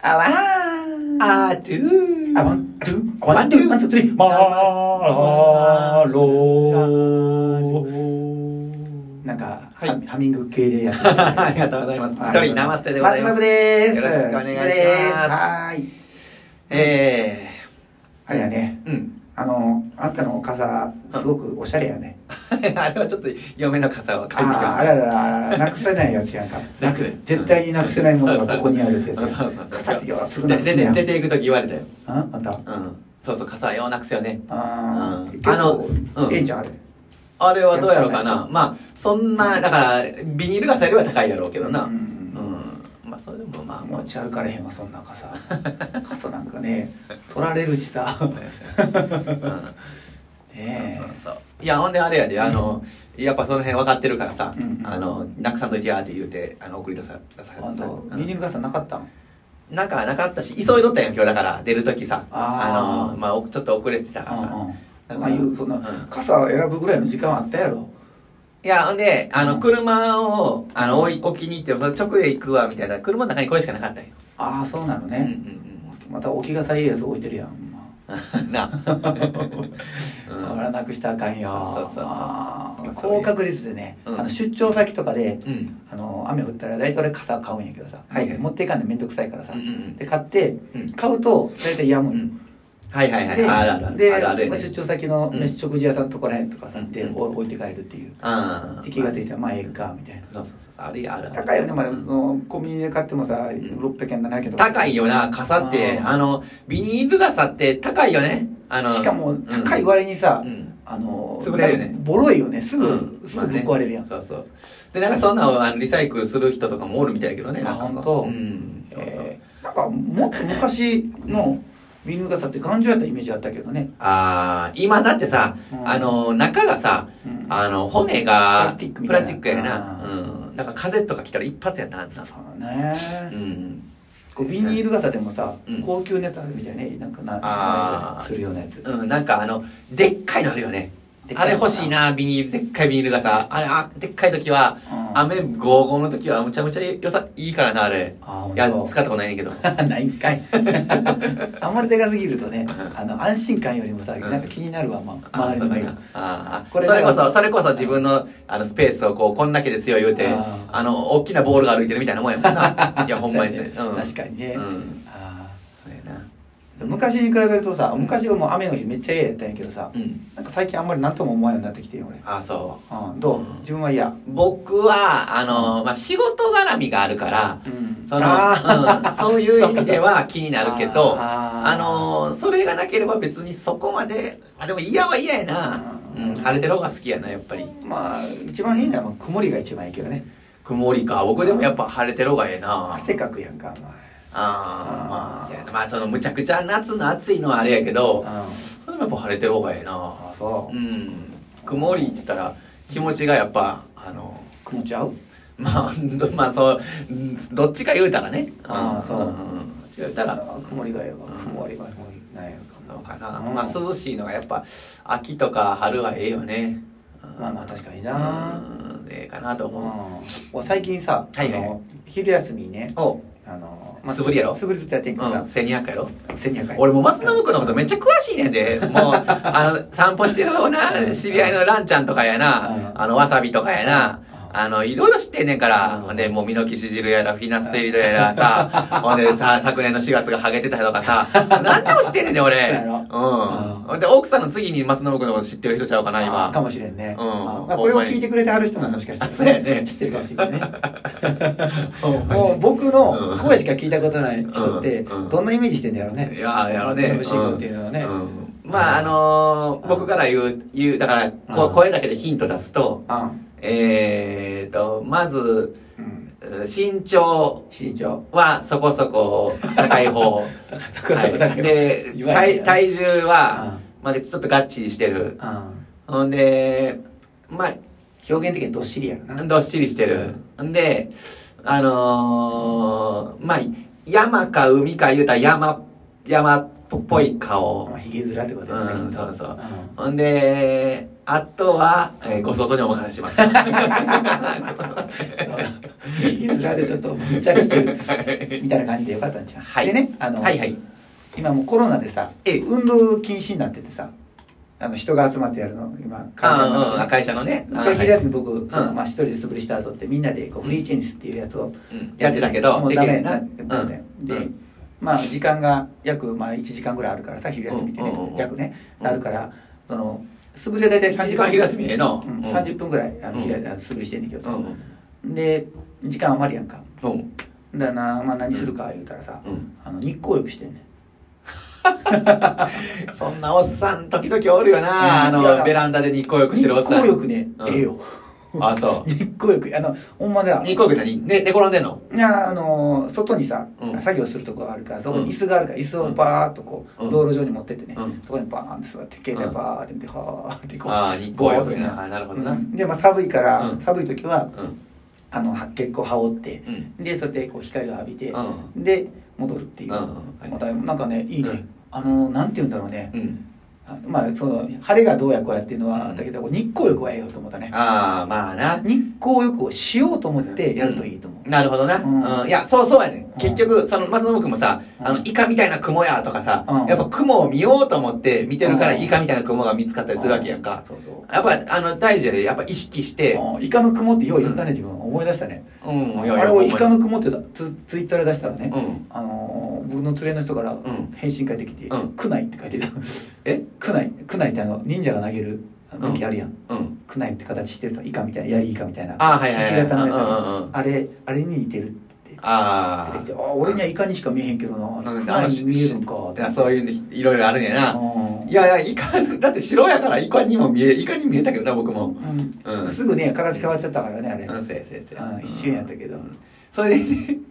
あわーあー、どー。あ、ワン、ツー、ワン、ツー、ワン、ツー、スリー。マーロー。なんか、はいハミハミング系でやってる。ありがとうございます。一人、ナマステでございます。です。よろしくお願いしますはーい。えあれやね、ー、うん。あの、あんたのお傘、すごくおしゃれやね。 あれはちょっと、嫁の傘を書いてきましあーた。あらららら、なくせないやつやんか。なくうん絶対になくせないものがここにあるってやつや。そうそうんそう肩ってよ、すぐなでくせ出んてやん。出ていく時言われたよ、うんあんた。うん、そうそう傘ようなくすよねあうんー結あの構う、んええんちゃんあれ。あれはどうやろうか安かなったまあそんなだからビニール傘よりは高いやろうけどなうう、んんまあそれでも まあ持ち歩かれへんわそんな傘 傘なんかね取られるしさ うんねそうそうそういやほんであれやであの、やっぱその辺分かってるからさ、うんあのなくさんといてやーって言うてあの送り出さ出さえ本当うビニーんル傘なかったんなんかなかったし急いどったやん今日だから出る時さあーのまあおちょっと遅れてたからさ、うだんうんかまあらいうそんなうん傘選ぶぐらいの時間あったやろいや、ほんで、あうんの、車を、あの、置い置きに行って、直で行くわ、みたいな、車の中にこれしかなかったんよ。ああそうなのうんねまた置き傘いいやつ置いてるやんほんまうんうん。 な。あらなくしたらあかんよそうそうそうそうあーそういう高確率でねうんあの出張先とかでうん。うん。あの雨降ったら大体俺傘買うんやけどさはいはい持っていかんでめんどくさいからさうんうんで買ってうん。買うと大体やむうんよん。はいはいはい。であるあるある。あるあるで、やまあ、ね。出張先のうん飯食事屋さんとこらへんとかさ、うんでお置いて帰るっていうああ。で気がついて。たらまあええかみたいなそうそうそう。あるやあるある。高いよねまあそのコンビニで買ってもさ600円700円とか高いよな、傘って。あーあの、ビニール傘って高いよね。あの、しかもうん高い割にさ、うん。あの潰れるよねなんかボロいよねすぐ、うんすぐぶっ壊れるやん、そうそう。で、なんかそんなのあのリサイクルする人とかもおるみたいやけどね。あなんかほんとうん。そうそうえーなんかもっと昔のビニール傘って頑丈やったイメージあったけどね、ああ、今だってさ、うんあの、中がさ、うんあの、骨プラがスチックみプたいなラスチックやな。ううん。だから風とか来たら一発やな、あんな。そうね、うん。こうビニール傘でもさ、うん高級なやつあるみたいねなんかなあーするようなやつ、うん、なんかあの、でっかいのあるよね。でっあかれのか欲しいな、ビニール、でっかいビニールがさ、あれ、あ、でっかい時は、うん雨5号の時はむちゃむちゃ良さ、いいからな、あれ。あいや、本当使った ことないねんけど。ないんかい あんまりでかすぎるとねうんあの安心感よりもさうんなんか気になるわ、ま、あ周りの目があああこそれれだかこらそ、それこそ自分のあのスペースをこう、こんだけですよ言うて、ああーの、大きなボールが歩いてるみたいなもんやも んな。いや、ほんまにそうねやね。うん確かにね、うん。あそうやな。ー昔に比べるとさ昔はもう雨の日めっちゃ嫌やったんやけどさうん。なんか最近あんまり何とも思わんようになってきてん俺、あ、そう。うん、どう自分は嫌僕は、あの、まあ、仕事絡みがあるから、うんそあの、うんそういう意味 では気になるけど、あーあの、それがなければ別にそこまで、あ、でも嫌は嫌やな。ううんん、晴れてる方が好きやな、やっぱり。ーまあ一番いいのはもう曇りが一番いいけどね曇りか。僕でもやっぱ晴れてる方がええな。汗かくやんかおああ、あーまあ、そうやなまあ、その、むちゃくちゃ夏の暑いのはあれやけど、前、うん、でもやっぱ晴れてる方がええな。。あそううん曇りって言ったら、気持ちがやっぱ、あの、曇っちゃうまあ、 どまあ、そう、うんどっちか言うたらね。あーそうんんどっちか言うたら、あー曇りがええわうん曇りがもうないやろかそうかな。うんまあ、涼しいのがやっぱ、秋とか春はええよね。うんまあまあ確かになうん、ええかなとう思う。ん、最近さ、はいはいあの昼休みにねおう、あの、素振りやろ素振りずっとやってんうん、けどさ、 1200やろ1200回俺も松信君のことめっちゃ詳しいね んで、もう、あの、散歩してるよううんな、知り合いのランちゃんとかやうんな、あの、わさびとかやなう、んあの、いろいろ知ってんねんかうら、んほんで、もう、ミノキシジルやら、フィナステリドやらさ、ほんでさ、昨年の4月がハゲてたとかさ、何でも知ってんねんで、そう俺や。ろうん。ほんで、奥さんの次に松信君のこと知ってる人ちゃうかな、あか今。もしれんね、うんあまあこれを聞いてくれてある人ももしかしたら、 そうやね知ってるかもしれ ないねもう僕の声しか聞いたことない人って、うんうんどんなイメージしてんだろうねいややろね。松信君っていうのはね、うんうんまあ、あのー、僕から言う、言う、だから、こうん声だけでヒント出すと、あえーと、まず、うん、身長身長はそこそこ高い方。 高さ高さ高はいいで言わない体、ね体重うんは、まあ、ちょっとがっちりしてる。うんほんで、まあ、表現的にどっしりやろなどっしりしてる。んで、あのー、まあ、山か海か言うたら山、山っぽい顔。まあ、ひげ面ってことだよね、うんきっとそうそうほんで、あとは、えーご相当にお任せし ます。チキン面でちょっとむっちゃくしてるはいみたいな感じでよかったんじゃん、はいでねあの、はいはい。今もうコロナでさええ運動禁止になっててさあの人が集まってやるの今会社あのうんうん会社のねあ会社でやって僕、いそのうんまあ、一人で素振りした後ってみんなでこうフリーテニスっていうやつをうんやってたけど、もうできダないメな。だうってなって、ん。で、うんまあ時間が約まあ1時間ぐらいあるからさ昼休みってね、うんうんうん約ね、うんあるからその素振りで大体1 30時間昼休みええな。ううんん、30分ぐらいあの、うんひら素振りしてんねんけどうさ、ん。で時間余るやんかうん。だからな、まあ、何するか言うたらさ、うんあの日光浴してんねんそんなおっさん、時々おるよな。あうんいやの、ベランダで日光浴し日てるおっさん。光浴ね、うんええよあ、そう。日光浴あのほんまだ日光浴何ね、寝転んでんのいやあの外にさ、うん作業するとこがあるからそこうんに椅子があるから椅子をバーっとこう、うん道路上に持ってってね、うんそこにバーンって座って携帯バーって見て、はーってこうああ、日光ぼーっと浴しね。なあがらーなるほどうな。んで、まあ、寒いから、うん寒い時はうん。あのは結構羽織ってうん。でそれでこう光を浴びて、うで戻るっていう、うんうんはいまたなんかねいいね、うんあのなんて言うんだろうね、うん。あのまあその晴れがどうやこうやっていうのはうんあったけど、日光浴はええよと思ったねああ、まあな。日光浴をしようと思ってやるといいと思う、なるほどな。うんうん。いや、そうそうやねう。ん結局、その、松信くんもさ、うんあの、イカみたいな雲やとかさうん、やっぱ雲を見ようと思って見てるから、うんイカみたいな雲が見つかったりするわけやんか。そうそうやっぱ、あの、大事やで、やっぱ意識して、あイカの雲ってよう言ったね、自分思い出したね、うん、いやいやあれをイカほんの雲ってだツツイッターで出したらね、まにうん。あのー僕の連れの人からん返信返ってきてうん「くない」って書いてた え「くない」「くない」ってあの忍者が投げるあの時あるやんうん。 「くない」って形してるさイカみたいな槍イカみたいなあーはいはいはいひし形のやつうんうんうんあれあれに似てるってあ出てきて「あ。ああ俺にはイカにしか見えへんけどな」なんくであなのいに見えるんか」いや、そういうの、いろいろあるんやな。うんいやいや、イカ、だって白やからイカにも見え、イカに見えたけどな、僕も。うんうん。すぐね形変わっちゃったからねあれ、うん、せやせやせやうん。一瞬やったけどそれで、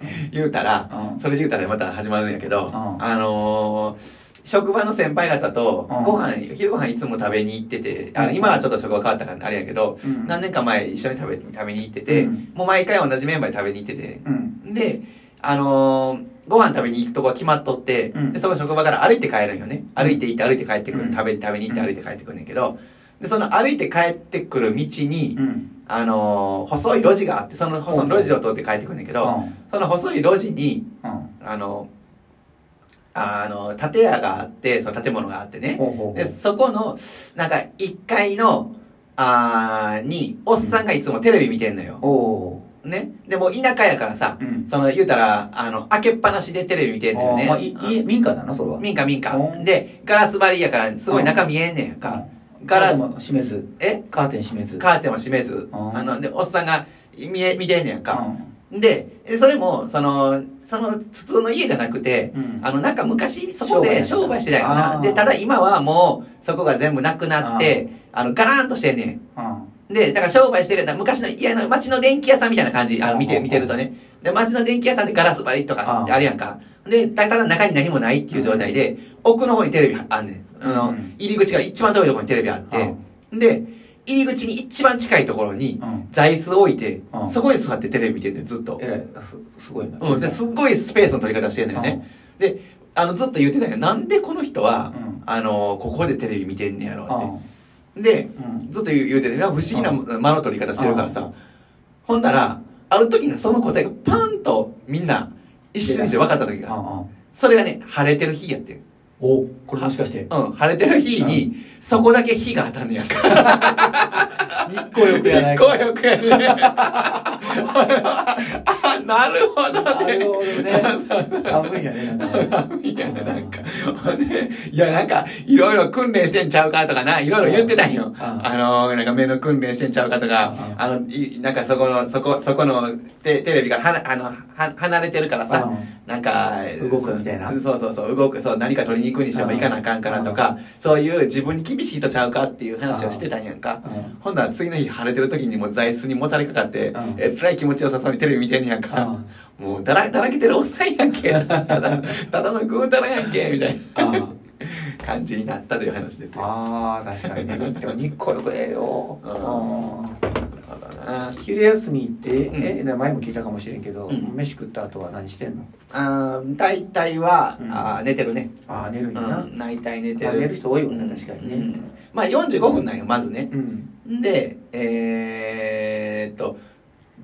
言うたら、うんそれで言うたらまた始まるんやけど、んあのー職場の先輩方とうんご飯、昼ご飯いつも食べに行ってて、あのうん今はちょっと職場変わったからあれやけど、うん何年か前一緒に食べ食べに行ってて、うんもう毎回同じメンバーで食べに行ってて、うんで、あのーご飯食べに行くとこは決まっとって、うんでその職場から歩いて帰るんよね。歩いて行って歩いて帰ってくる、うん食べ食べに行って歩いて帰ってくるんやけど、で、その歩いて帰ってくる道に、うんあのー細い路地があって、その細い路地を通って帰ってくるんやけど、うんその細い路地に、うんあの、あの、建屋があって、その建物があってね。ほうほうほうで、そこの、なんか、1階の、あーに、おっさんがいつもテレビ見てんのよ。おおね。で、もう田舎やからさ、ーうんその、言うたら、あの、開けっぱなしでテレビ見てんのよあね。ーまあいうんい民家なのそれは民家民家う。んで、ガラス張りやから、すごい中見えんねんやんか。ガラカーステンも閉めずえカーテン閉めずカーテンも閉めず、うんあの、で、おっさんが、見え、見てんねんやんか。うで、えそれも、その、その、普通の家じゃなくて、んうんあの、なんか昔、そこで商商売売ししててたたよな。あーで、ただ今はもう、そこが全部なくなって、あの、ガラーンとしてんねうんん。で、だから商売してるんだ。昔の家の、町の電気屋さんみたいな感じ、あの、見て、うん見てるとね。で、町の電気屋さんでガラス張りとか、うんあるやんか。で、たただ中に何もないっていう状態で、奥の方にテレビあんねん。あうのん、入り口が一番遠いところにテレビあって。で、入り口に一番近いところに、うん座椅子置いてう、んそこに座ってテレビ見てんねん、ずっと。えらいすすごいなうん、ですっごいスペースの取り方してるんだよね。で、あの、ずっと言ってたんやなんでこの人は、うんあの、ここでテレビ見てんねやろうっんて。で、うんずっと言う言うてて、なんか不思議な間の取り方してるからさ。ほんなら、ある時にその答えがパンとみんな一瞬にして分かった時うが、んうんそれがね、晴れてる日やってん。おこれもしかしてうん、晴れてる日に、そこだけ日が当たんねやんか。日光浴やないかこうよくや ね。あ、なるほどね。なるほどね寒いんやねなんかねいや、なんか、ほんでいや、なんか、いろいろ訓練してんちゃうかとかな、いろいろ言ってたんよう。んあのー、なんか目の訓練してんちゃうかとかう、んあの、いなんかそこの、そこ、そこのテテレビがはな、あの、は離れてるからさう、なんか、動くみたいなそうそうそうそう、動く、そう、何か取りに行くにしてもうん行かなあかんからとか、そういう自分に厳しい人ちゃうかっていう話をしてたんやんか。うんほんなら次の日晴れてる時にもう座椅子にもたれかかってうん、えらい気持ちよさそうにテレビ見てんねやんか。うんもうだら、だらけてるおっさんやんけ。ただ、ただのぐうたらやんけ、みたいあな感じになったという話ですよ。あー確かにねでも日光浴ええようんうんなるほどな。昼休みって、うんえ前も聞いたかもしれんけど、うん飯食った後は何してんのあー大体は、うんあー寝てるね。ああ寝るうんやな、ん、大体寝てまある。寝る人多いよね確かにねうんまあ45分なんよ、まずね。うんで、えーっと、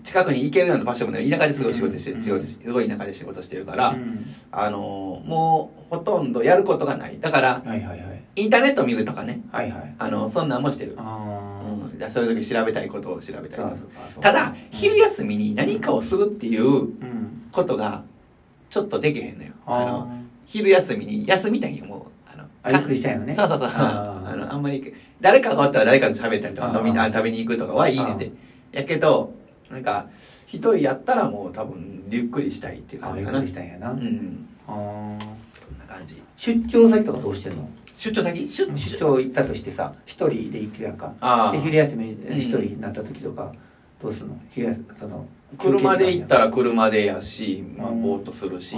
近くに行けるような場所もね、田舎ですごい仕事して、うん仕事しすごい田舎で仕事してるかうら、んあのーもうほとんどやることがない。だから、はいはいはいインターネット見るとかね、はいはいあの、そんなんもしてる。ああ、うん、だからそういう時調べたいことを調べたりとそうかそうそうそうただ、昼休みに何かをするっていううんことが、ちょっとできへんのよ。ああの、の昼休みに休みたいんよ、もう。あのあゆっくりしたいのねそうそうそう。ああーの、あんまり、誰かがおったら誰かと喋ったりとあか、ー飲みな、食べに行くとかはいいねんで。やけど、なんか、一人やったらもう多分、ゆっくりしたいっていうあ感じゆっかくな。りしたいんやな、うあん。あそんな感じ。出張先とかどうしてんの出張先出出。張行ったとしてさ一人で行くやんかあであ。昼休みん一人になった時とかどうすんの昼休みその車で行ったらら車でやし、まあ、うんぼーっとするし、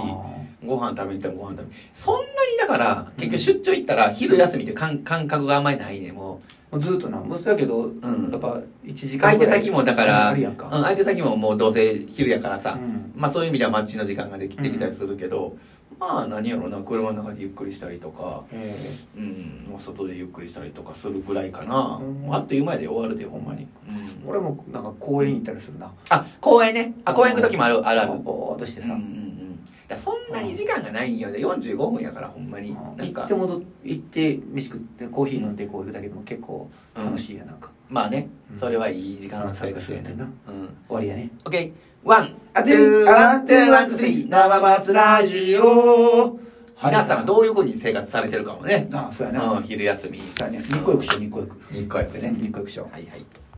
ご飯食べに行ったらご飯食べそんなにだから、結局出張行ったら昼休みって感感覚があんまりないね、ももうずっとなもうそやけど、う。うん。やっぱ一時間相ぐ手らい先もだから、あうるん、やんか、相手先ももうどうせ昼やからさ、うんまあそういう意味ではマッチの時間ができうんできたりするけど、まあ何やろな車の中でゆっくりしたりとか、えうん、もう外でゆっくりしたりとかするぐらいかな、うんもうあっという間やで終わるでほんまに、うんー俺もなんか公園行ったりするなあ公園ねあ公園行く時もある、あるある、ぼーっとしてうんさ、うんうんだからそんなに時間がないんよで45分やからほんまになん行っかて戻っ行って飯食ってコーヒー飲んでこう行くだけでも結構楽しいやなんか、まあねうんそれはいい時間の使い方やねそうそううん終わりやね OK ワンあツーワンツーワンツースリー生松ラジオ皆さんはどういうふうに生活されてるかもね、あそうやな、うん、昼休みそうやね日光浴しよう日光浴日光浴ね日光浴しようはいはい